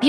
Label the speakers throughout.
Speaker 1: 美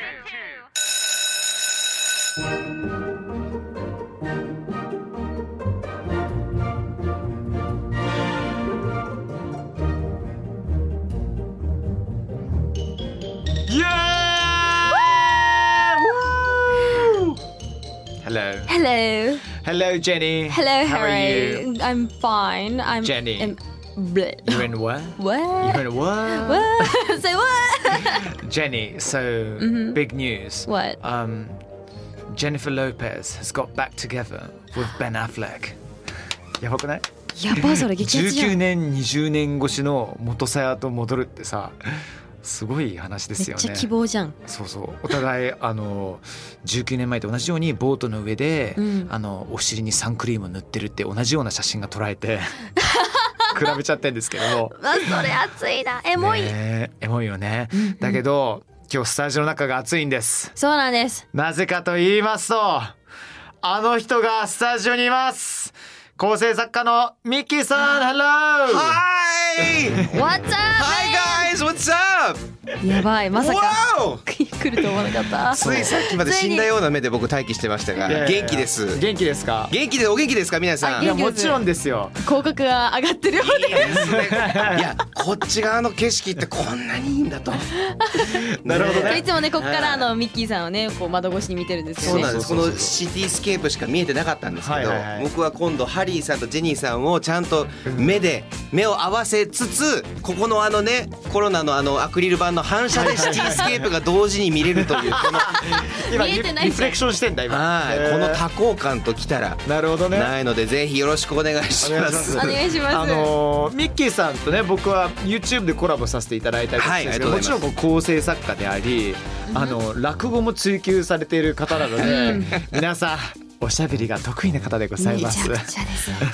Speaker 2: Hello.
Speaker 3: Hello.
Speaker 2: Hello, Jenny.
Speaker 3: Hello,
Speaker 2: How
Speaker 3: Harry.
Speaker 2: are you?
Speaker 3: I'm fine. I'm
Speaker 2: Jenny.
Speaker 3: in- bleh.
Speaker 2: You're in what?
Speaker 3: What?
Speaker 2: You're in what?
Speaker 3: What? Say what?
Speaker 2: Jenny, so big news.
Speaker 3: What?
Speaker 2: Um, Jennifer Lopez has got back together with Ben Affleck. やばくない
Speaker 3: やばそれ激アツじゃん。
Speaker 2: 19年20年越しの元さやと戻るってさすごい話で
Speaker 3: め
Speaker 2: す
Speaker 3: っ
Speaker 2: よ
Speaker 3: ちゃ
Speaker 2: ね
Speaker 3: 希望じゃん。
Speaker 2: そうそうお互いあの19年前と同じようにボートの上で、
Speaker 3: うん
Speaker 2: あのお尻にサンクリーム塗ってるって同じような写真が捉え て比べちゃってんですけども
Speaker 3: あ、それ熱いな。エモい。
Speaker 2: ねえエモいよねだけど今日スタジオの中が暑いんです
Speaker 3: そうなんです。
Speaker 2: なぜかと言いますとあの人がスタジオにいます構成作家のミッキーさん Hello!
Speaker 4: Hi!
Speaker 3: What's up?
Speaker 4: Hi guys, what's up?
Speaker 3: やばい。まさか
Speaker 4: Wow!
Speaker 3: 来ると思わなかった。
Speaker 4: ついさっきまで死んだような目で僕待機してましたが、
Speaker 2: いやいやいや
Speaker 4: 元気です。
Speaker 2: 元気ですか
Speaker 4: 元気でお元気ですか皆さ
Speaker 3: あ
Speaker 4: ん。
Speaker 2: い
Speaker 4: い
Speaker 2: や
Speaker 4: や
Speaker 3: 元気
Speaker 2: も
Speaker 3: です
Speaker 2: ちろんですよ
Speaker 3: 広告が上がってるよね。
Speaker 4: こっち側の景色ってこんなにいいんだと。なるほど
Speaker 3: そう いつもねここからあのミッキーさんをねこう窓越しに見てるんですよ
Speaker 4: そう
Speaker 3: ね
Speaker 4: なん。です。このシティスケープしか見えてなかったんですけど、
Speaker 2: はいはいはい
Speaker 4: 僕は今度ハリーさんとジェニーさんをちゃんと目で目を合わせつつ、ここのあのねコロナのあのアクリル板の反射でシティスケープが同時に見れるというこの、
Speaker 2: 今
Speaker 3: 見えてない
Speaker 2: リリフレクションしてんだ今
Speaker 4: はい、この多幸感ときたら。
Speaker 2: なるほどね
Speaker 4: ないのでぜひよろしくお願いします。
Speaker 2: お
Speaker 3: お願いします。
Speaker 2: あのーミッキーさんとね僕は YouTube でコラボさせていただいたりしてるんですけど、
Speaker 4: はいあ
Speaker 2: も
Speaker 4: り
Speaker 2: ち
Speaker 4: が
Speaker 2: ろ
Speaker 4: と
Speaker 2: ん
Speaker 4: う
Speaker 2: こ
Speaker 4: ご
Speaker 2: う構成作家であり、あの落語も追求されている方なので、皆さんおしゃべりが得意な方でございます。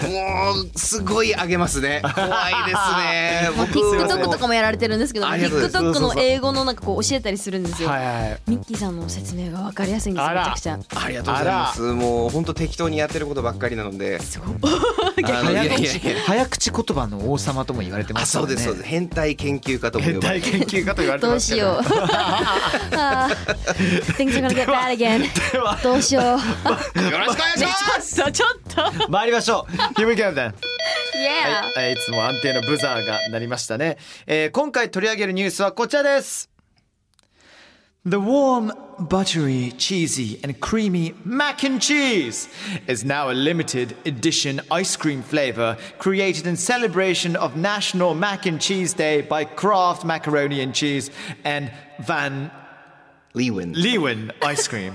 Speaker 4: もうすごい上げます ね。怖いですね。
Speaker 3: まあ TikTok と
Speaker 4: も
Speaker 3: かもやられてるんですけど、
Speaker 4: ありがとうござい
Speaker 3: TikTok
Speaker 2: ます
Speaker 3: の英語のなんかこう教えたりするんですよ。
Speaker 2: はいはい。
Speaker 3: ミッキーさんの説明がわかりやすいんです
Speaker 2: あ
Speaker 3: よ
Speaker 2: ら
Speaker 3: めちゃくちゃ。
Speaker 4: ありがとうございます。もう本当適当にやってることばっかりなので。すごい。あのいやいやいや。
Speaker 2: 早口言葉の王様とも言われてま
Speaker 4: あ
Speaker 2: すか
Speaker 4: そ
Speaker 2: ら
Speaker 4: う
Speaker 2: ね。
Speaker 4: ですそうです。変態研究家とも呼
Speaker 2: 変
Speaker 4: ばれ
Speaker 2: 態
Speaker 4: て。
Speaker 2: 研究家と言われて
Speaker 3: ど
Speaker 2: ま
Speaker 3: う
Speaker 2: す
Speaker 3: し
Speaker 2: け
Speaker 3: よう
Speaker 2: ど。。
Speaker 3: あー Things are gonna get bad again. どうしよう。
Speaker 4: よろしくお願いします。
Speaker 3: ちょっとちょっと。
Speaker 2: 参りましょう。Here we go then.
Speaker 3: Yeah.
Speaker 2: はい、えーいつも安定のブザーが鳴りましたね、えー今回取り上げるニュースはこちらです The warm, buttery, cheesy and creamy mac and cheese is now a limited edition ice cream flavor created in celebration of National Mac and Cheese Day by Kraft Macaroni and Cheese and Van
Speaker 4: リーウェン。
Speaker 2: Leeuwen Ice Cream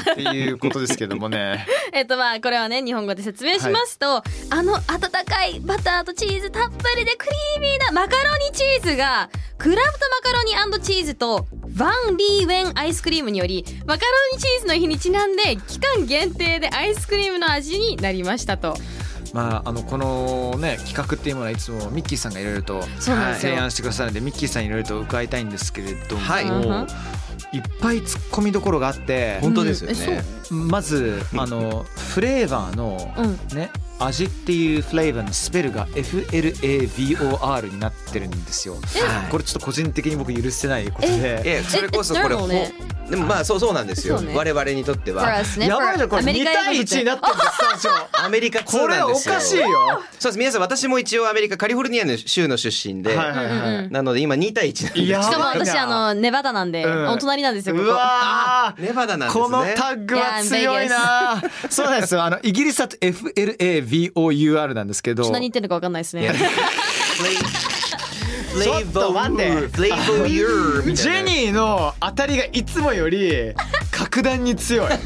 Speaker 2: っていうことですけどもね
Speaker 3: えっとまあこれはね日本語で説明しますと、あの温かいバターとチーズたっぷりでクリーミーなマカロニチーズがクラフトマカロニチーズとワンリーウェンアイスクリームによりマカロニチーズの日にちなんで期間限定でアイスクリームの味になりましたと
Speaker 2: まあ、あのこのね企画っていうものはいつもミッキーさんがいろいろと
Speaker 3: そうなんですよ
Speaker 2: 提案してくださるんでミッキーさんいろいろと伺いたいんですけれども、
Speaker 4: はい
Speaker 3: うんうん
Speaker 2: いっぱい突っ込みどころがあって
Speaker 4: 本当ですよ
Speaker 3: うんえ
Speaker 4: ね。
Speaker 2: まずあのフレーバーの
Speaker 3: うん、
Speaker 2: ね味っていうフレーバーのスペルが FLAVOR になってるんですよ。
Speaker 4: はい
Speaker 2: これちょっと個人的に僕許せないことで
Speaker 4: えそれこそ
Speaker 3: え
Speaker 4: これ
Speaker 3: え
Speaker 4: ほ
Speaker 3: ね
Speaker 4: でもまあそうそうなんですよ、
Speaker 3: そうね
Speaker 4: 我々にとって
Speaker 3: フォ
Speaker 4: は
Speaker 3: アスね
Speaker 2: やばいじゃんこれ
Speaker 3: アメ
Speaker 2: 2
Speaker 3: リカ英語
Speaker 2: 対1になってるんですスタジ
Speaker 4: アメリカ
Speaker 2: オ
Speaker 4: 2
Speaker 2: これ
Speaker 4: なん
Speaker 2: お
Speaker 4: ですよ
Speaker 2: かしいよ
Speaker 4: そうです皆さん私も一応アメリカカリフォルニアの州の出身で、
Speaker 2: はいはい
Speaker 3: うん
Speaker 2: はい
Speaker 3: うん
Speaker 4: なので今2対1なんです
Speaker 2: やばい
Speaker 3: し
Speaker 2: な
Speaker 3: かも私あのネバダなんで、
Speaker 2: うん
Speaker 3: お隣なんですよこ
Speaker 2: う
Speaker 3: こ
Speaker 2: わー
Speaker 4: ネバダなんですね
Speaker 2: このタッグは強いなそうなんですよあのイギリスだと FLAVOUR なんですけど
Speaker 3: ちょっと何言ってるのか分かんないですね
Speaker 4: フレイ
Speaker 2: ちょっと待って
Speaker 4: フレイボーユーみ
Speaker 2: ジ
Speaker 4: たい
Speaker 2: ェ
Speaker 4: な
Speaker 2: ニーの当たりがいつもより格段に強い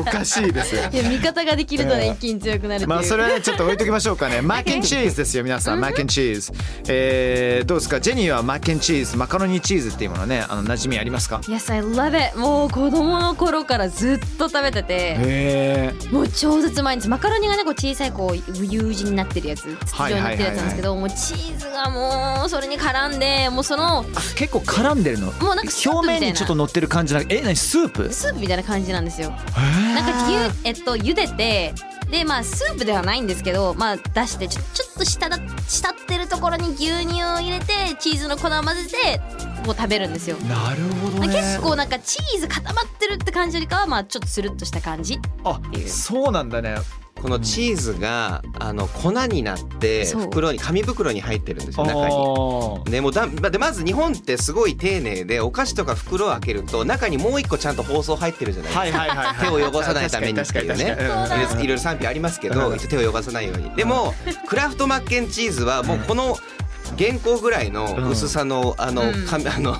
Speaker 2: おかしい ですよ
Speaker 3: いや味方ができると
Speaker 2: ええ
Speaker 3: ね一気に強くなるっていう、
Speaker 2: まあそれはねちょっと置いときましょう かねマッケンチーズですよ皆さんマッケンチーズ、えー、どうですかジェニーはマッケンチーズマカロニチーズっていうものねあの馴染みありますか
Speaker 3: Yes, I love it もう子供の頃からずっと食べてて
Speaker 2: へえ
Speaker 3: もう超絶毎日マカロニがねこう小さいこう U 字になってるやつ筒状になってるやつなんですけど、もうチーズがもうそれに絡んでもうその
Speaker 2: 結構絡んでるの
Speaker 3: もうなんかス
Speaker 2: 表
Speaker 3: ープみたいな
Speaker 2: 面にちょっと乗ってる感じなえ何スープ
Speaker 3: スープみたいな感じなんですよ
Speaker 2: な
Speaker 3: なんかゆえっと茹でてでまあスープではないんですけどまあ出してちょちょっとしただしたってるところに牛乳を入れてチーズの粉を混ぜてこう食べるんですよ
Speaker 2: なるほど
Speaker 3: まあ
Speaker 2: ね
Speaker 3: 結構なんかチーズ固まってるって感じよりかはまあちょっとスルッとした感じ
Speaker 2: あそうなんだね
Speaker 4: このチーズがあの粉になって
Speaker 3: そう
Speaker 4: 袋に紙袋に入ってるんですよ中に。
Speaker 2: あ
Speaker 4: ね、もうだでまず日本ってすごい丁寧でお菓子とか袋を開けると中にもう一個ちゃんと包装入ってるじゃないですか、
Speaker 2: はいはいはいはい
Speaker 4: 手を汚さないためにっていうね
Speaker 2: 確かに確かに確
Speaker 4: いろ
Speaker 2: かに
Speaker 4: いろいろいろ賛否ありますけ
Speaker 2: う
Speaker 4: ど
Speaker 2: ん
Speaker 4: 一応手を汚さないようにでもクラフトマッケンチーズはもうこの原稿ぐらいの薄さのあの
Speaker 3: うん
Speaker 4: 紙あの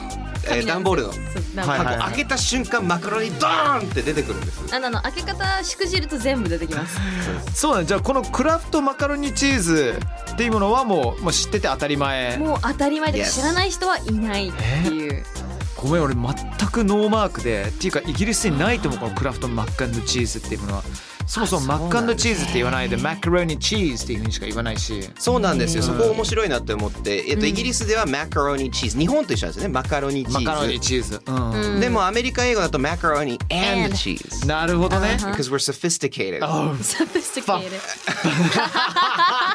Speaker 4: えー段ボールの
Speaker 3: そう
Speaker 2: はい
Speaker 4: 箱開けた瞬間マカロニドーンって出てくるんです
Speaker 3: あのあの開け方しくじると全部出て きます
Speaker 2: そうなんじゃあこのクラフトマカロニチーズっていうものはもうもう知ってて当たり前
Speaker 3: もう当たり前で
Speaker 4: Yes
Speaker 3: 知らない人はいないっていう
Speaker 2: ごめん俺全くノーマークでっていうかイギリスにないと思うこのクラフトマッカンドチーズっていうものはそもそもマッカンドチーズって言わないでマカロニチーズっていうふうにしか言わないし
Speaker 4: そうなんですよ。そこ面白いなって思って、えっと、イギリスではマカロニチーズ、日本と一緒なんですね。マカロニチ
Speaker 2: マカロニ
Speaker 4: ーズ。
Speaker 2: チーズ、うん
Speaker 3: うん
Speaker 4: でもアメリカ英語だとマカロニ and
Speaker 3: And
Speaker 4: cheese。
Speaker 2: なるほどね
Speaker 4: Because we're sophisticated。
Speaker 2: あ
Speaker 3: サブスティケール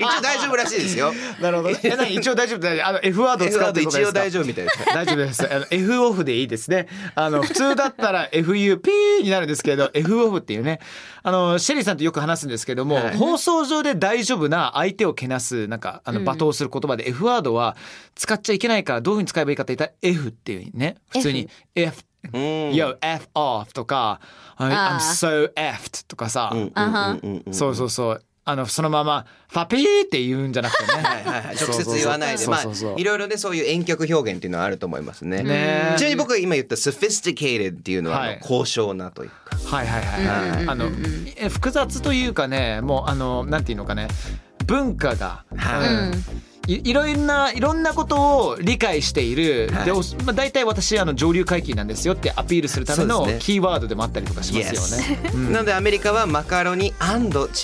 Speaker 4: 一応大丈夫らしいです よ。
Speaker 2: なるほど ねえ何一応大丈夫大丈夫あの F ワードを使うってことですか
Speaker 4: 一応大丈夫みたいです。
Speaker 2: 大丈夫です。あの F オフでいいですね。あの普通だったら FUP になるんですけど、F オフっていうね、あのシェリーさんとよく話すんですけども、
Speaker 4: はい
Speaker 2: 放送上で大丈夫な相手をけなすなんかあの罵倒する言葉で F ワードは使っちゃいけないからどういうふうに使えばいいかって言ったら F っていうね、普通に F。
Speaker 4: うん
Speaker 2: Yo, F off とか、I- I'm
Speaker 3: あー
Speaker 2: so effed とかさ、
Speaker 4: うんうん
Speaker 3: あは
Speaker 4: うんうんうん
Speaker 2: そうそうそう、あの、そのまま、ファピーって言うんじゃなくてね。
Speaker 4: はいはいはい直接言わないで、
Speaker 2: そう
Speaker 4: まあ
Speaker 2: そうそう、
Speaker 4: いろいろね、そういう遠曲表現 っていうのはあると思いますね。
Speaker 2: ね
Speaker 4: ちなみに僕が今言った sophisticated っていうのはあ
Speaker 2: は
Speaker 4: の
Speaker 2: い
Speaker 4: 高尚なというか。
Speaker 2: はいはいはい、はいあのえ複雑というかねもうあのなんていうのかね文化が、うんいいろんないろんなことを理解している、
Speaker 4: はい
Speaker 2: でおまあ、大体私あの上流階級なんですよってアピールするため
Speaker 4: そ
Speaker 2: の
Speaker 4: うですね
Speaker 2: キーワードでもあったりとかしますよね。
Speaker 4: なのでアメリカはマカロニチ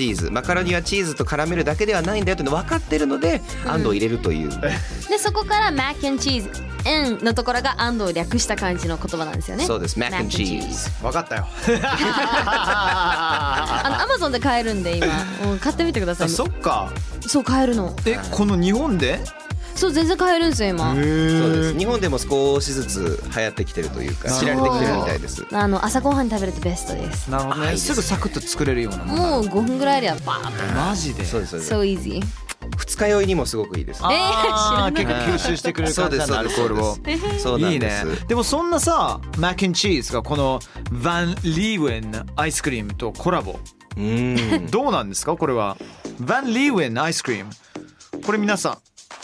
Speaker 4: ーズマカロニはチーズと絡めるだけではないんだよっていうの分かってるので、アンドを入れるという
Speaker 3: でそこからマッケンチーズ「ん」のところが「アンド」を略した感じの言葉なんですよね
Speaker 4: そうですマックンチーズ
Speaker 2: わ、かった よ。
Speaker 3: あのアマゾンで買えるんで今、うん、買ってみてください
Speaker 2: そっか。
Speaker 3: そう買えるの
Speaker 2: えこの日本で？
Speaker 3: そう全然買えるんですよ今
Speaker 4: そうです日本でも少しずつ流行ってきてるというか
Speaker 2: そう
Speaker 4: 知られてきてるみたいです
Speaker 3: あの朝ごはんに食べるとベストです
Speaker 2: なるほど
Speaker 4: あいい
Speaker 2: ね。
Speaker 4: ですね
Speaker 2: すぐサクッと作れるようなもの。
Speaker 3: もう5分ぐらいではバーン
Speaker 2: マジで。
Speaker 4: そうですそうです
Speaker 3: So easy
Speaker 4: 二日酔いにもすごくいいです
Speaker 3: え
Speaker 2: あー
Speaker 3: ー知ら
Speaker 2: 結構吸収してくれる
Speaker 4: そうで
Speaker 2: 感じな
Speaker 4: す
Speaker 2: んだ
Speaker 4: そ
Speaker 2: ア
Speaker 4: うで
Speaker 2: ル
Speaker 4: す
Speaker 2: コールを。
Speaker 4: そうなんです
Speaker 2: いいねでもそんなさマッケンチーズがこのバン・リーウェンのアイスクリームとコラボ
Speaker 4: うん
Speaker 2: どうなんですかこれはバン・リーウェンのアイスクリームこれ皆さ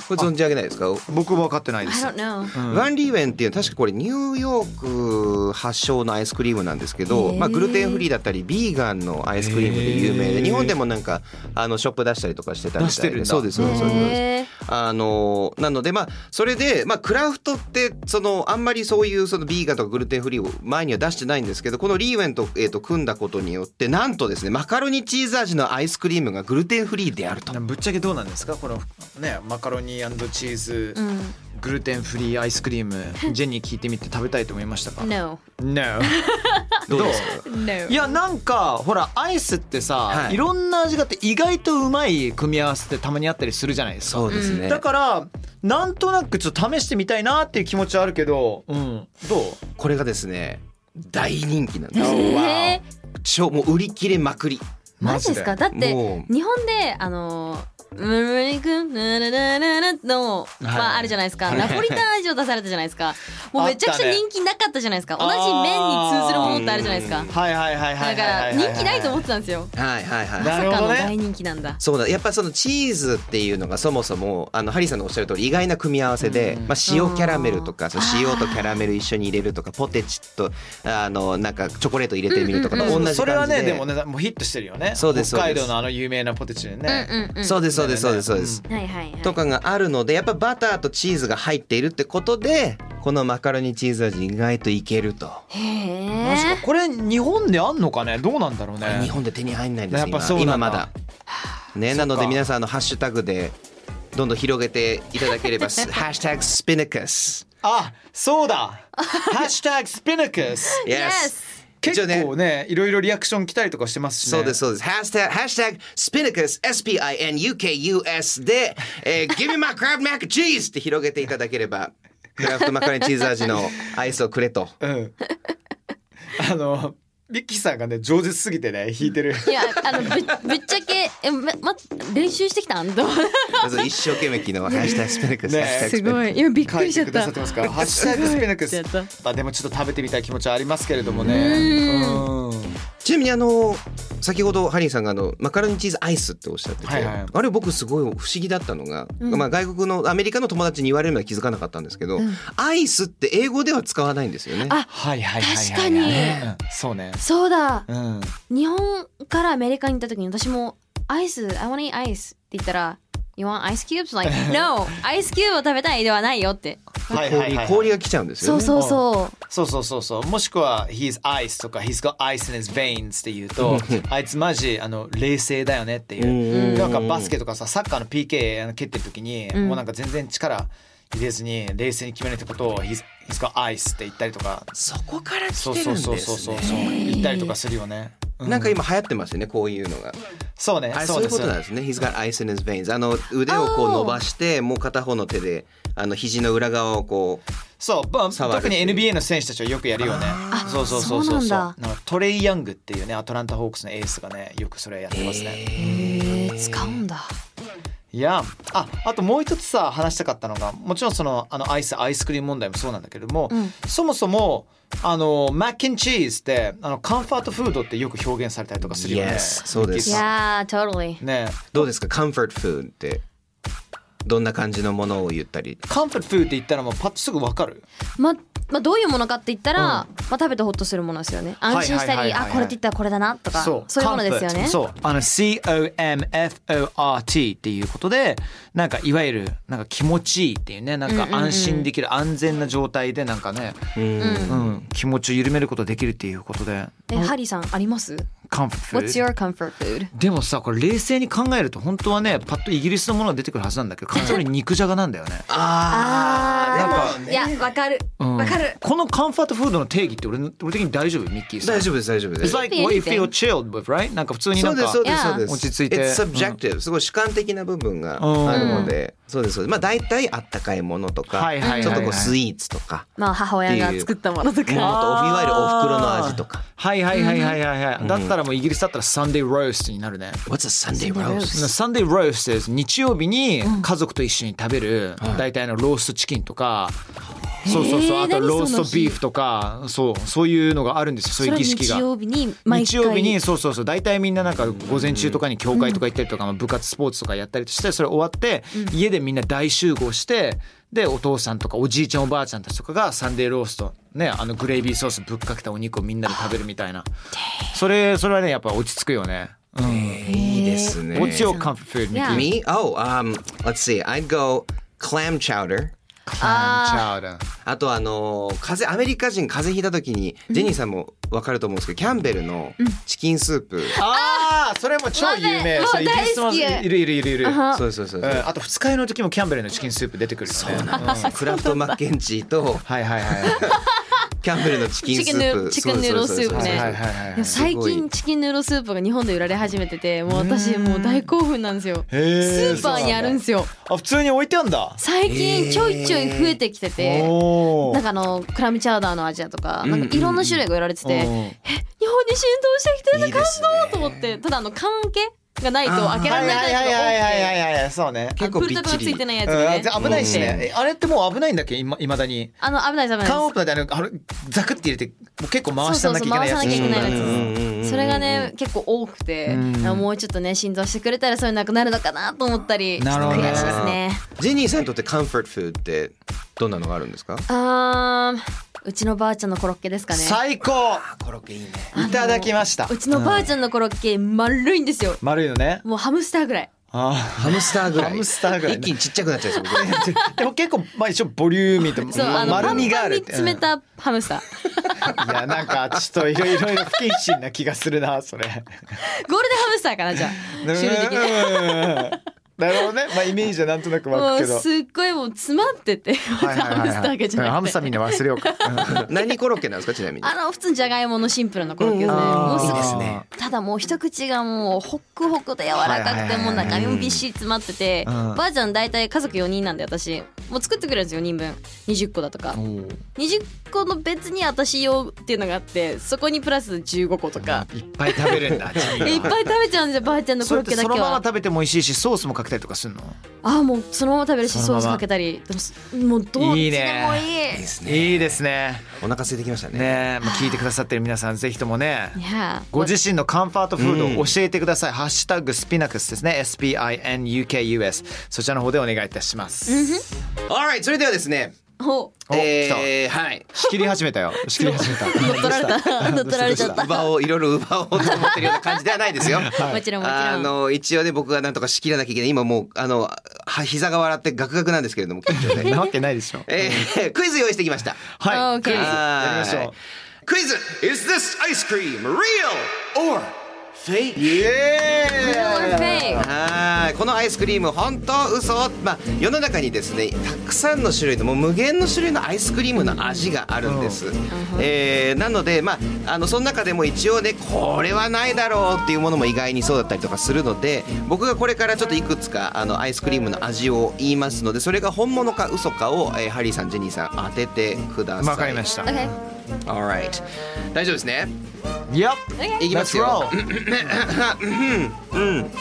Speaker 4: これ存じ上げないですか
Speaker 2: ん僕も分かってない
Speaker 3: I
Speaker 2: です、
Speaker 3: don't know
Speaker 4: ワンリーウェンっていうのは確かこれニューヨーク発祥のアイスクリームなんですけど、まあ、グルテンフリーだったりビーガンのアイスクリームで有名
Speaker 2: へ
Speaker 4: で
Speaker 2: ー
Speaker 4: 日本でもなんかあのショップ出したりとかしてたみ
Speaker 2: 出して
Speaker 4: たい
Speaker 2: るん
Speaker 4: で
Speaker 2: だ
Speaker 4: そうですそうですそうですそうです
Speaker 3: へー
Speaker 4: あのなのでまあそれで、まあ、クラフトってそのあんまりそういうそのビーガンとかグルテンフリーを前には出してないんですけどこのリーウェンと,、えー、と組んだことによってなんとですねマカロニチーズ味のアイスクリームがグルテンフリーであると。
Speaker 2: ぶっちゃけどうなんですかこのねマカロニチーズ、
Speaker 3: ん
Speaker 2: グルテンフリーアイスクリーム ジェニー聞いてみて食べたいと思いましたか
Speaker 3: No
Speaker 2: No
Speaker 4: どうですか
Speaker 3: No
Speaker 2: いやなんかほらアイスってさ、
Speaker 4: はい
Speaker 2: い、ろんな味があって意外とうまい組み合わせってたまにあったりするじゃないですか
Speaker 4: そうですね、
Speaker 2: だからなんとなくちょっと試してみたいなっていう気持ちはあるけど、うん、どう
Speaker 4: これがですね
Speaker 5: 大人気なんですよ
Speaker 3: えー
Speaker 5: 超もう売り切れまくり
Speaker 3: マジですかだって
Speaker 5: も
Speaker 3: 日本であのー「ムルムルくんぬるるるる」の、まあ、あるじゃないですか、ナポリタン味を出されたじゃないですかもうめちゃくちゃ人気なかったじゃないですか、
Speaker 2: あっ
Speaker 3: 同
Speaker 2: たね
Speaker 3: じ麺に通ずるものってあるじゃないですか
Speaker 2: はいはいはいは
Speaker 3: だ
Speaker 2: い
Speaker 3: から
Speaker 2: はいはいはいはい
Speaker 3: 人気ないと思ってたんですよ
Speaker 5: うはいはいはい
Speaker 2: なる
Speaker 3: まさ
Speaker 2: ほ
Speaker 3: か
Speaker 2: ど
Speaker 3: の
Speaker 2: ね
Speaker 3: 大人気なんだ
Speaker 5: そうだやっぱそのチーズっていうのがそもそもあのハリーさんのおっしゃる通り意外な組み合わせで、まあ、塩キャラメルとかその塩とキャラメル一緒に入れるとかポテチとあのなんかチョコレート入れてみるとかと同じ感じで、
Speaker 2: それはねでもねもうヒットしてるよね
Speaker 5: そうです
Speaker 2: 北海
Speaker 5: そうで
Speaker 2: 道
Speaker 5: す
Speaker 2: のあの有名なポテチでね、
Speaker 3: うんうんうん
Speaker 5: そうですそうですそうですそうです、
Speaker 3: はいはいはい
Speaker 5: とかがあるのでやっぱバターとチーズが入っているってことでこのマカロニチーズ味意外といけると、
Speaker 3: へ
Speaker 2: マジ
Speaker 3: え
Speaker 2: かこれ日本であんのかねどうなんだろうね
Speaker 5: 日本で手に入んないんです
Speaker 2: や
Speaker 5: よ
Speaker 2: っぱ
Speaker 5: 今
Speaker 2: そうな
Speaker 5: 今
Speaker 2: んだ
Speaker 5: まだねなので皆さんあのハッシュタグでどんどん広げていただけれ ば「すハッシュタグスピニカス
Speaker 2: あそうだ「ハッシュタグスピナクス」
Speaker 5: Yes! 一
Speaker 2: 結
Speaker 5: 応ね
Speaker 2: 構ねいろいろリアクション来たりとかしてますしね
Speaker 5: そうですそうです。ハッシュタグ、ハッシュタグ、スピニカス、SPINUKUS で、えー、Give me my crab mac and cheese! って広げていただければ、クラフトマカロニチーズ味のアイスをくれと。
Speaker 2: うんあのビッキーさんがね饒舌すぎてね弾いてる
Speaker 3: いやあのぶぶっちゃけえ、まま、練習してきたんだ
Speaker 5: まず一生懸命昨日、ハッシュタグスピニカス、
Speaker 2: ねえ
Speaker 5: ハッシ
Speaker 3: す
Speaker 5: ュタグスピニカ
Speaker 3: ごい今びっ
Speaker 2: 書
Speaker 3: く
Speaker 2: い
Speaker 3: りしてちゃ
Speaker 2: く
Speaker 3: っ
Speaker 2: だ
Speaker 3: た
Speaker 2: さってますから「ハッシュタグスピナクス
Speaker 3: やった」
Speaker 2: まあでもちょっと食べてみたい気持ちはありますけれどもねうん
Speaker 5: ス。ちなみにあの、先ほどハリーさんがあのマカロニチーズアイスっておっしゃってて、
Speaker 2: はいはい
Speaker 5: あれ僕すごい不思議だったのが、まあ、外国のアメリカの友達に言われるのは気づかなかったんですけど、アイスって英語では使わないんですよね。
Speaker 3: あ
Speaker 2: はいはいはいはい
Speaker 3: 確かに
Speaker 2: ねそうね
Speaker 3: そうだ
Speaker 2: うん
Speaker 3: 日本からアメリカに行った時に私もアイス、I want to eat ice って言ったら、You want ice cubes? Like, no! アイスキューブを食べたいではないよって。
Speaker 2: はいはいはいは
Speaker 5: 氷
Speaker 2: い
Speaker 5: 氷が来ちゃうんです
Speaker 3: そう
Speaker 5: よね。
Speaker 3: そうそう。
Speaker 2: そうそうそうそうもしくは「He's ice」とか「He's got ice in his veins」って言うとあいつマジあの冷静だよねっていうなんかバスケとかさサッカーの PK あの蹴ってる時に、もうなんか全然力入れずに冷静に決めるってことを「He's, he's got ice」って言ったりとか
Speaker 5: そこから来
Speaker 2: そう
Speaker 5: てる
Speaker 2: そ
Speaker 5: ん
Speaker 2: う
Speaker 5: です
Speaker 2: そうそうそ
Speaker 5: ね。
Speaker 2: うそう言ったりとかするよね、う
Speaker 5: なんか今流行ってますよねこういうのが
Speaker 2: そうね
Speaker 5: あれ
Speaker 2: そ
Speaker 5: そうう
Speaker 2: で
Speaker 5: いう
Speaker 2: す
Speaker 5: ことなんですね He's got ice in his veins あの腕をこう伸ばしてもう片方の手であの肘の裏側をこ
Speaker 2: そう、まあ、
Speaker 5: 触る
Speaker 2: 特に NBA の選手たちはよくやるよねそうそうそうそう
Speaker 3: そうなん
Speaker 2: なんかトレイ・ヤングっていうねアトランタ・ホークスのエースがねよくそれやってますね、
Speaker 3: えー、使うんだ。
Speaker 2: いやああともう一つさ話したかったのがもちろんそのあのアイスアイスクリーム問題もそうなんだけども、そもそもあのマッキンチーズってあのカンファートフードってよく表現されたりとかするよね。
Speaker 5: Yes そうです
Speaker 2: ミッキ
Speaker 3: い
Speaker 2: ーさ
Speaker 3: やー、totally。
Speaker 2: んね
Speaker 5: うどうですか comfort food ってどんな感じのものを言ったり
Speaker 2: カンファートフードって言ったらもうパッとすぐわかる
Speaker 3: ま、まあ、どういうものかって言ったら、まあ、食べてホッとするものですよね。安心
Speaker 2: は
Speaker 3: した
Speaker 2: いはいはい
Speaker 3: り、
Speaker 2: はいは
Speaker 3: あ、
Speaker 2: い
Speaker 3: これって言ったらこれだなとか、そういうものですよ
Speaker 2: comfort
Speaker 3: ね。
Speaker 2: そうあの COMFORT っていうことでなんかいわゆるなんか気持ちいいっていうねなんか安心できる、安全な状態でなんかね、うん気持ちを緩めることできるっていうことで
Speaker 3: え、ハリーさん、あります
Speaker 2: カンファートフード。
Speaker 3: ?What's your comfort food?
Speaker 2: でもさこれ冷静に考えると本当はねパッとイギリスのものが出てくるはずなんだけど完全に肉じゃがなんだよね、
Speaker 5: あ
Speaker 2: なん
Speaker 3: いや、わかる。
Speaker 2: うん
Speaker 3: わかる。
Speaker 2: このカンファートフードの定義って俺の俺的に大丈夫ミッキーさん
Speaker 5: 大丈夫です大丈夫です
Speaker 2: It's like what you feel chilled with right なんか普通に
Speaker 5: そ
Speaker 2: な
Speaker 5: うんで
Speaker 2: か
Speaker 5: すそうです
Speaker 3: Yeah
Speaker 5: そうです
Speaker 2: 落ち着いて
Speaker 5: It's subjective、すごい主観的な部分が
Speaker 2: うん
Speaker 5: あるので、そうですそうですまあ大体あったかいものとか、
Speaker 2: はいはいはいはい
Speaker 5: ちょっとこうスイーツとか
Speaker 3: まあ、母親が作ったものと
Speaker 5: も
Speaker 3: か。
Speaker 5: うあといわゆるお袋の味とか
Speaker 2: はいはいはいはいはいはい、だったらもうイギリスだったらサンデーローストになるね
Speaker 5: What's a Sunday roast?
Speaker 2: サンデーローストです日曜日に家族と一緒に食べる大体のローストチキンとか、そうそうそうあと
Speaker 3: 何その
Speaker 2: ロー
Speaker 3: 日
Speaker 2: ストビーフとかそうそういうのがあるんですよそう
Speaker 3: そ
Speaker 2: いう
Speaker 3: れ
Speaker 2: 儀式
Speaker 3: 日
Speaker 2: が。
Speaker 3: 曜日に、毎回。
Speaker 2: 日曜日にそうそうそう大体みんななんか午前中とかに教会とか行ったりとか、まあ部活スポーツとかやったりしてそれ終わって、家でみんな大集合してでお父さんとかおじいちゃんおばあちゃんたちとかがサンデーローストねあのグレービーソースぶっかけたお肉をみんなで食べるみたいなそれそれはねやっぱ落ち着くよね。うん、
Speaker 5: いいですね
Speaker 2: What's your comfort food? ミキ
Speaker 3: Yeah.
Speaker 5: Me? Oh, um, let's see. I'd go clam chowder.
Speaker 2: あー
Speaker 5: あとあのー風邪アメリカ人風邪ひいた時にジェニーさんもわかると思うんですけど、キャンベルのチキンスープ、
Speaker 2: あーそれも超有名
Speaker 3: もう
Speaker 2: それイギリスもい
Speaker 3: 大好き
Speaker 2: るいるいるいる、うん
Speaker 5: そうそうそうそう、
Speaker 2: あと二日酔いの時もキャンベルのチキンスープ出てくるよね
Speaker 5: クラフトマッケンジーと
Speaker 2: はいはいはい
Speaker 5: キャンベルのチキンスープ
Speaker 3: チキンヌードル
Speaker 5: そうですそうです
Speaker 3: チキンヌードルスープね
Speaker 5: そうですそ
Speaker 2: はいはい
Speaker 5: うです
Speaker 2: はい
Speaker 3: いや最
Speaker 5: すご
Speaker 3: 近
Speaker 5: い
Speaker 3: チキンヌードルスープが日本で売られ始めててもう私
Speaker 2: うん
Speaker 3: もう大興奮なんですよ
Speaker 2: へ
Speaker 3: ス
Speaker 2: ー
Speaker 3: ーパーにあるんですよ
Speaker 2: あ普通に置いてあんだ
Speaker 3: 最
Speaker 5: へ
Speaker 3: 近
Speaker 5: ー
Speaker 3: ちょいちょい増えてきてて
Speaker 2: おー
Speaker 3: なんかあのクラムチャウダーの味だとか
Speaker 5: うん
Speaker 3: なんかいろんな種類が売られて
Speaker 2: う
Speaker 3: て
Speaker 2: ん
Speaker 3: 日本に浸透してきてる
Speaker 5: いいですね
Speaker 3: と思ってただあの缶けがないと開けら
Speaker 2: は
Speaker 3: れ
Speaker 2: い
Speaker 3: な
Speaker 2: はいい
Speaker 3: タ
Speaker 2: はいはいはいはい
Speaker 3: イプが多くて
Speaker 2: はいそうね
Speaker 5: 結構
Speaker 3: プ
Speaker 5: び
Speaker 3: ル
Speaker 5: っ
Speaker 3: タブが
Speaker 5: ち
Speaker 3: ついて
Speaker 5: り
Speaker 3: ないやつ
Speaker 2: うんあ
Speaker 3: が
Speaker 2: じゃあ
Speaker 3: ね
Speaker 2: 危ないし
Speaker 5: うん
Speaker 2: ねえあれってもう危ないんだっけいまだに
Speaker 3: あの危ないです危ない
Speaker 2: 缶
Speaker 3: で
Speaker 2: オープナーであのあれザクって入れてもう結構回さ
Speaker 3: すそう
Speaker 2: な
Speaker 3: そう
Speaker 2: きゃ
Speaker 3: そ
Speaker 2: いうけない
Speaker 3: 回
Speaker 2: や
Speaker 3: さ
Speaker 2: つ
Speaker 3: なきゃいけない
Speaker 5: うんうんうんうんう
Speaker 3: や
Speaker 5: ん
Speaker 3: つそれがね結構多くて
Speaker 2: うん
Speaker 3: もうちょっとね浸透してくれたらそういうなくなるのかなと思ったりちょっ
Speaker 2: なる
Speaker 3: と
Speaker 2: ほどね
Speaker 3: 悔しいですね
Speaker 5: ジェニーさんにとってカンフォートフードってどんなのがあるんですか
Speaker 3: あーうちのばあちゃんのコロッケですかね
Speaker 2: 最高
Speaker 5: コロッケいいね
Speaker 2: いただきました
Speaker 3: うちのばあちゃんのコロッケ丸いんですよ
Speaker 2: 丸いのね
Speaker 3: もうハムスターぐらい
Speaker 2: あ
Speaker 5: ハムスターぐらい
Speaker 2: ハムスターぐらいね
Speaker 5: 一気にちっちゃくなっちゃいそう僕
Speaker 2: ーでも結構まあ一応ボリューミーと
Speaker 3: そうあのパ
Speaker 2: 丸
Speaker 3: ンパン
Speaker 2: み
Speaker 3: に
Speaker 2: があるって
Speaker 3: 詰めたハムスター
Speaker 2: うんいやなんかちょっといろいろ不謹慎な気がするなそれ
Speaker 3: ゴールデンハムスターかなじゃあ種類的に
Speaker 2: なるほどねまあイメージはなんとなく
Speaker 3: も
Speaker 2: 湧くけ
Speaker 3: う
Speaker 2: ど
Speaker 3: すっごいもう詰まってて
Speaker 2: はいはいはいはい
Speaker 3: ハムスターだけじゃ
Speaker 2: ハ
Speaker 3: な
Speaker 2: ム
Speaker 3: く
Speaker 2: スターみ
Speaker 3: て
Speaker 2: んな忘れよう か
Speaker 5: 何コロッケなんですかちなみに
Speaker 3: あの普通にじゃがいものシンプルなコロッケですね
Speaker 5: あ
Speaker 3: も
Speaker 5: ー
Speaker 3: うす
Speaker 5: いい
Speaker 3: ごい
Speaker 5: ですね
Speaker 3: ただもう一口がもうホックホクで柔ら
Speaker 2: はい
Speaker 3: かく
Speaker 2: は
Speaker 3: て
Speaker 2: いはい
Speaker 3: もう中身もびっしり詰まってて
Speaker 2: うん
Speaker 3: ばあちゃん大体家族4人なんで私もう作ってくれるんですよ4人分20個だとか
Speaker 2: うん
Speaker 3: 20個の別に私用っていうのがあってそこにプラス15個とか
Speaker 2: いっぱい食べるんだ ジミーは
Speaker 3: えいっぱい食べちゃうんですよばあちゃんのコ
Speaker 2: そ
Speaker 3: ロ
Speaker 2: れっ
Speaker 3: ッ
Speaker 2: て
Speaker 3: ケだ
Speaker 2: その
Speaker 3: け
Speaker 2: まま
Speaker 3: は
Speaker 2: 食べても美味しいしソースもかけたりとかするの
Speaker 3: ああもうそのまま食べるし
Speaker 2: その
Speaker 3: ソ
Speaker 2: まま
Speaker 3: ースかけたりでもすもうどっ
Speaker 2: いい
Speaker 3: ち
Speaker 2: ね
Speaker 3: でもいい
Speaker 5: いいですね
Speaker 2: いいですね
Speaker 5: お腹空いてきました
Speaker 2: ね
Speaker 5: ね
Speaker 2: え、まあ、聞いてくださってる皆さんぜひともね
Speaker 3: いやー
Speaker 2: ご自身のカンファートフードを教えてください、ハッシュタグスピナクスですね SPINUKUS そちらの方でお願いいたします、
Speaker 5: Alright それではですね
Speaker 3: お
Speaker 2: お来
Speaker 5: えーはい
Speaker 2: た仕切り始めたよ仕切り始め た
Speaker 3: 乗っ取られた 乗っ取られちゃった
Speaker 5: 奪おういろいろ奪おうと思ってるような感じではないですよ
Speaker 3: もちろんもちろん
Speaker 5: あの一応ね僕がなんとか仕切らなきゃいけない今もうあのは膝が笑ってガクガクなんですけれども緊張で
Speaker 2: なわけないでしょ
Speaker 5: えークイズ用意してきました
Speaker 2: は
Speaker 3: あ
Speaker 2: い
Speaker 3: OK
Speaker 2: クイズやりまし
Speaker 5: は
Speaker 2: ょ
Speaker 5: いクイズ Is this ice cream real or fake?
Speaker 2: うイエ
Speaker 3: フェイ
Speaker 5: はいこのアイスクリーム本当嘘まあ世の中にですねたくさんの種類のもう無限の種類のアイスクリームの味があるんです、えーなのでまああのその中でも一応ねこれはないだろうっていうものも意外にそうだったりとかするので僕がこれからちょっといくつかあのアイスクリームの味を言いますのでそれが本物か嘘かを、えーハリーさんジェニーさん当ててください
Speaker 2: わかりました
Speaker 3: OK
Speaker 5: Alright 大丈夫ですね
Speaker 2: Yep
Speaker 5: いきますよ
Speaker 2: Let's roll
Speaker 5: うん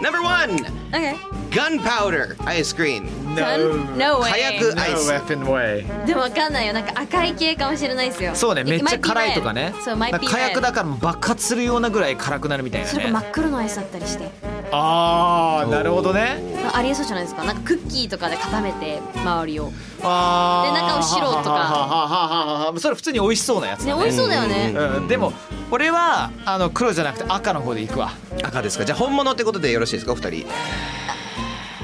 Speaker 5: Number one
Speaker 3: OK
Speaker 5: Gunpowder ice cream
Speaker 3: No
Speaker 5: 火
Speaker 3: way
Speaker 5: 薬アイ
Speaker 2: No
Speaker 5: ス
Speaker 2: effing way
Speaker 3: でもわかんないよなんか赤い系かもしれないですよ
Speaker 2: そうねめっちゃ辛いとかね
Speaker 3: そうマイ
Speaker 2: なん
Speaker 3: ピ
Speaker 2: か
Speaker 3: ー
Speaker 2: 火薬だから爆発するようなぐらい辛くなるみたいな
Speaker 3: それ
Speaker 2: ね
Speaker 3: か真っ黒のアイスだったりして
Speaker 2: ああなるほどね
Speaker 3: ありえそうじゃないですかなんかクッキーとかで固めて周りをね
Speaker 2: あー
Speaker 3: で中を白とか
Speaker 2: はははははそれ普通に美味しそうなやつだね
Speaker 3: 美味しそうだよね
Speaker 2: うん、でも俺はあの黒じゃなくて赤の方で行くわ
Speaker 5: 赤ですかじゃあ本物ってことでよろしいですかお二人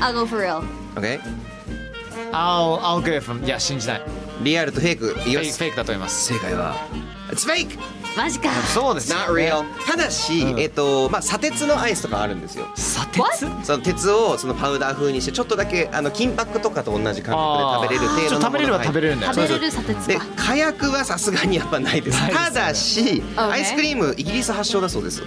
Speaker 3: I'll go for real
Speaker 5: OK
Speaker 2: 青青グレフいや信じないフ
Speaker 5: リアルとフェイクいきま
Speaker 2: ェイク
Speaker 5: す
Speaker 2: フェイクだと思います
Speaker 5: 正解は It's fake
Speaker 3: マジか
Speaker 2: そうですよ
Speaker 5: not real ただし、
Speaker 2: うん
Speaker 5: えっとまあ砂鉄のアイスとかあるんですよ
Speaker 2: 砂鉄
Speaker 5: その鉄をそのパウダー風にしてちょっとだけあの金箔とかと同じ感覚で食べれる
Speaker 2: ちょ
Speaker 5: 程
Speaker 2: っと食べれ
Speaker 5: 度の
Speaker 2: れば食べれるんだよ
Speaker 3: 食べれる砂鉄
Speaker 5: で
Speaker 3: か
Speaker 5: 火薬はさすがにやっぱないです
Speaker 2: ないですよ
Speaker 5: た
Speaker 2: ね
Speaker 5: だし
Speaker 3: OK
Speaker 5: アイスクリームイギリス発祥だそうです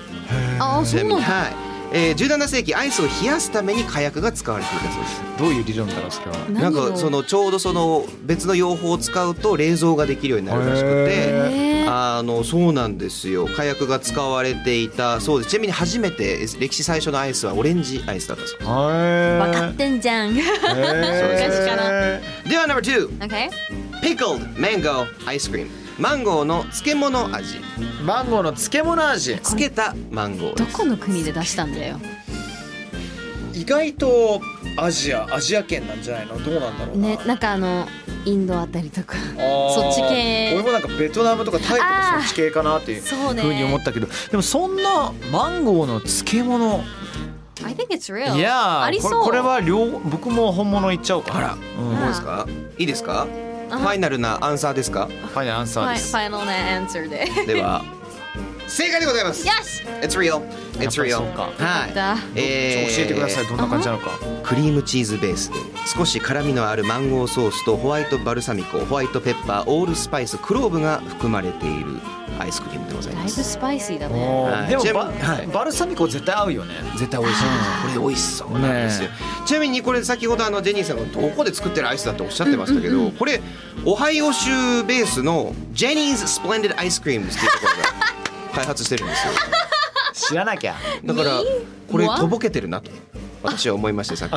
Speaker 3: ああ
Speaker 5: ち
Speaker 3: そ
Speaker 5: な
Speaker 3: う
Speaker 5: み
Speaker 3: な
Speaker 5: に
Speaker 3: んだ
Speaker 5: はい、えー、17世紀アイスを冷やすために火薬が使われていたそうです
Speaker 2: どういう理論だろうそれは
Speaker 5: なん
Speaker 3: 何
Speaker 5: か
Speaker 3: を
Speaker 5: そのちょうどその別の用法を使うと冷蔵ができるようになるらしくて。
Speaker 3: えー
Speaker 5: あのそうなんですよ火薬が使われていたそうですちなみに初めて歴史最初のアイスはオレンジアイスだったそうで
Speaker 3: わ
Speaker 2: 分
Speaker 3: かってんじゃん OK
Speaker 5: 昔
Speaker 3: から
Speaker 5: すでは No.2 Pickled Mango Ice Cream マンゴーの漬物味
Speaker 2: マンゴーの漬物味
Speaker 5: 漬けたマンゴー
Speaker 3: ど
Speaker 5: です
Speaker 3: この国で出したんだよ
Speaker 2: 意外とアジアアジア圏なんじゃないのどうなんだろうな、
Speaker 3: ねなんかあのインドあたりとか
Speaker 2: あー
Speaker 3: そっち系
Speaker 2: 俺もなんかベトナムとかタイとか
Speaker 3: あー
Speaker 2: そっち系かなっていう
Speaker 3: そうね
Speaker 2: ふうに思ったけどでもそんなマンゴーの漬物
Speaker 3: I think it's real
Speaker 2: いやー
Speaker 3: ありそう
Speaker 2: これこれは両僕も本物いっちゃおうか
Speaker 5: あら
Speaker 2: うん
Speaker 5: どうですかいいですかファイナルなアンサーです か
Speaker 2: ファイナルアン
Speaker 3: フ
Speaker 2: サーで
Speaker 3: ァイ
Speaker 2: す
Speaker 3: ファイナルなアンサーで
Speaker 5: では正解でございます
Speaker 3: よし
Speaker 5: It's real
Speaker 2: やっ
Speaker 5: It's
Speaker 2: ぱり
Speaker 5: real
Speaker 2: そうか
Speaker 5: は
Speaker 3: よかっ
Speaker 5: い
Speaker 3: た
Speaker 5: えー
Speaker 2: 教えてくださいどんな感じなのか
Speaker 5: クリームチーズベースで少し辛みのあるマンゴーソースとホワイトバルサミコホワイトペッパーオールスパイスクローブが含まれているアイスクリームでござい
Speaker 3: だい
Speaker 5: ま
Speaker 3: ぶ
Speaker 5: す
Speaker 3: スパイシーだね
Speaker 2: おー
Speaker 5: はい
Speaker 2: でも
Speaker 5: ちなみ
Speaker 2: バ,、
Speaker 5: にはい
Speaker 2: バルサミコ絶対合うよね
Speaker 5: 絶対美味しいですこれ美味しそうなんですよ、
Speaker 2: ね
Speaker 5: ちなみにこれ先ほどあのジェニーさんがどこで作ってるアイスだっておっしゃってましたけど、これオハイオ州ベースのジェニーズ・スプレンデッド・アイスクリームっていうところが開発してるんですよ
Speaker 2: 知らなきゃ
Speaker 5: だ からこれ
Speaker 3: わ
Speaker 5: とぼけてるなと私は思いましてさっき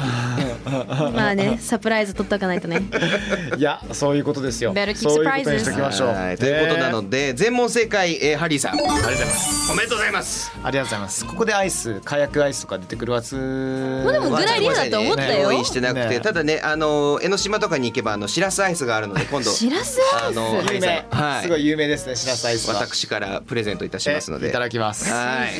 Speaker 3: まあねサプライズ取っとかないと ね
Speaker 2: いやそういうことですよ
Speaker 3: Better keep
Speaker 2: そういうことに
Speaker 3: surprises
Speaker 2: しておきましょう
Speaker 5: はいということな
Speaker 2: ね
Speaker 5: ので、全問正解、えー、ハリーさんありがとうございますおめでとうございます
Speaker 2: ありがとうございますここでアイス火薬アイスとか出てくるはず
Speaker 3: まあでも
Speaker 5: わ
Speaker 3: ぐらいリアルだと思ったよ
Speaker 5: ごめんなさいね用意してなくて、
Speaker 2: ね
Speaker 5: ただねあの江ノ島とかに行けばあのしらすアイスがあるので今度
Speaker 3: しらすアイス
Speaker 5: あの
Speaker 2: 有名、
Speaker 5: はい
Speaker 2: すごい有名ですねしらすアイスは
Speaker 5: 私からプレゼントいたしますので
Speaker 2: いただきます
Speaker 5: はい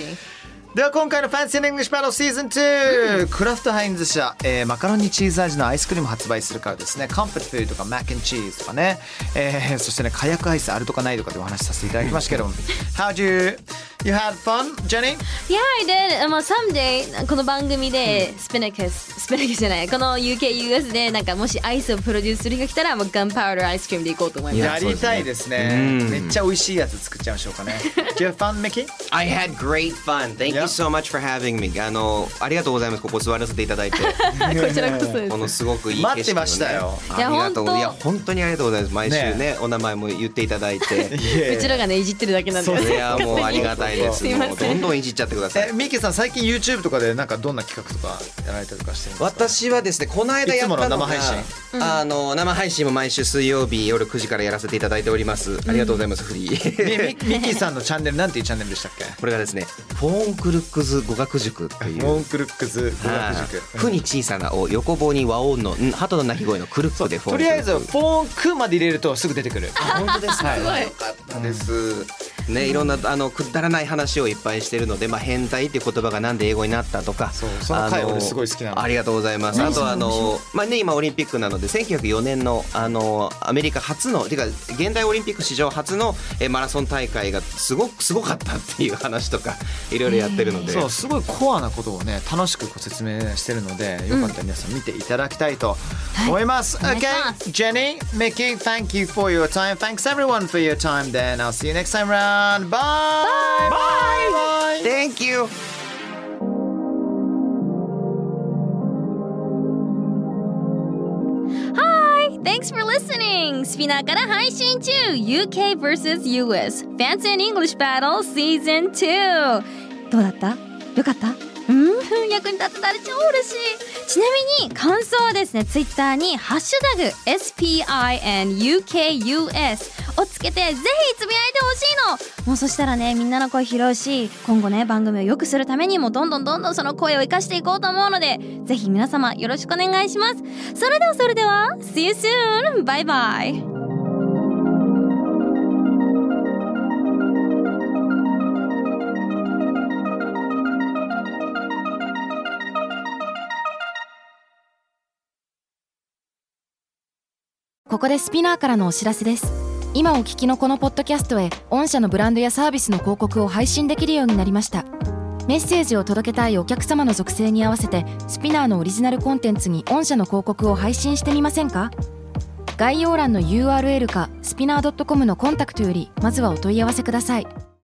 Speaker 2: では今回の「ファンシー・イングリッシュ・バトル」シーズン2、クラフトハインズ社、えーマカロニチーズ味のアイスクリームを発売するからですねカンプットフーとかマッケンチーズとかね、えーそしてね火薬アイスあるとかないとかでお話しさせていただきましたけ ども How do you you had fun Jenny?
Speaker 3: Yeah, I did. まあ、someday この番組でスペネケス、スペネケスじゃない、この UKUS でなんかもしアイスをプロデュースする日が来たら、もうガンパウダーアイスクリームで行こうと思います。
Speaker 5: や
Speaker 2: やりたいですね
Speaker 5: そうですねうん
Speaker 2: めっちゃ美味しいやつ作っちゃいましょうか ね Do you have fun Mickey?
Speaker 5: I had great fun thank you
Speaker 2: Yeah.
Speaker 5: so much for having me あのありがとうございますここ座らせていただい て
Speaker 3: こちらこそです
Speaker 5: こ。のすごくいい景色をね、
Speaker 2: 待ってましたよ
Speaker 5: ありがとう
Speaker 3: いや本当
Speaker 5: いや本当にありがとうございます毎週ね
Speaker 2: ね
Speaker 5: お名前も言っていただいて
Speaker 3: うちらがね、いじってるだけなんで。
Speaker 5: いやもうありがたいです
Speaker 3: すいません
Speaker 5: もうどんどんいじっちゃってください
Speaker 2: えミッキーさん最近 YouTube とかでなんかどんな企画とかやられたりとかしてる んですか
Speaker 5: 私はですねこの間やったのが
Speaker 2: いつもの生配信
Speaker 5: あの生配信も毎週水曜日夜9時からやらせていただいておりますありがとうございますフリー
Speaker 2: でミミッキーさんのチャンネルなんていうチャンネルでしたっけ
Speaker 5: これがですねフォーンクルックス語学塾っていう
Speaker 2: モンクルックス語
Speaker 5: はい
Speaker 2: 学塾
Speaker 5: ふに小さなお横棒に和音のん鳩の鳴き声のクルックでフォ
Speaker 2: と
Speaker 5: ーンク
Speaker 2: りあえ
Speaker 5: ルック
Speaker 2: ずフォークまで入れるとすぐ出てくる。
Speaker 5: 本当ですね、よかったですねいろんなあのくだらない話をいっぱいしてるので、まあ、変態っていう言葉がなんで英語になったとか
Speaker 2: そうその回俺すごい好きなの
Speaker 5: ありがとうございますあとはあの、まあね、今オリンピックなので1904年のあのアメリカ初のてか現代オリンピック史上初のえマラソン大会がすごくすごかったっていう話とかいろいろやってるので、
Speaker 2: そうすごいコアなことをね楽しくご説明してるのでよかったら皆さん見ていただきたいと思います。
Speaker 3: はい
Speaker 2: okay,
Speaker 3: お願いし
Speaker 2: Jenny, Mickey, thank you for your time. Thanks everyone for your time. Then I'll see you next time round. Bye. Bye. Bye.
Speaker 5: Thank you!
Speaker 3: はい Thanks for listening! スピナーから配信中 !UK vs.US Fancy and English Battle Season 2! どうだったよかったうん役に立ってたら超嬉しいちなみに感想はですね、ツイッターにハッシュタグ SPINUKUS をつけてぜひつぶやいてほしいのもうそしたらね、みんなの声拾うし、今後ね、番組を良くするためにもどんどんどんどんその声を生かしていこうと思うので、ぜひ皆様よろしくお願いします。それではそれでは See you soon! バイバイ
Speaker 6: ここでスピナーからのお知らせです今お聞きのこのポッドキャストへ御社のブランドやサービスの広告を配信できるようになりましたメッセージを届けたいお客様の属性に合わせてスピナーのオリジナルコンテンツに御社の広告を配信してみませんか概要欄の URL かスピナー .com のコンタクトよりまずはお問い合わせください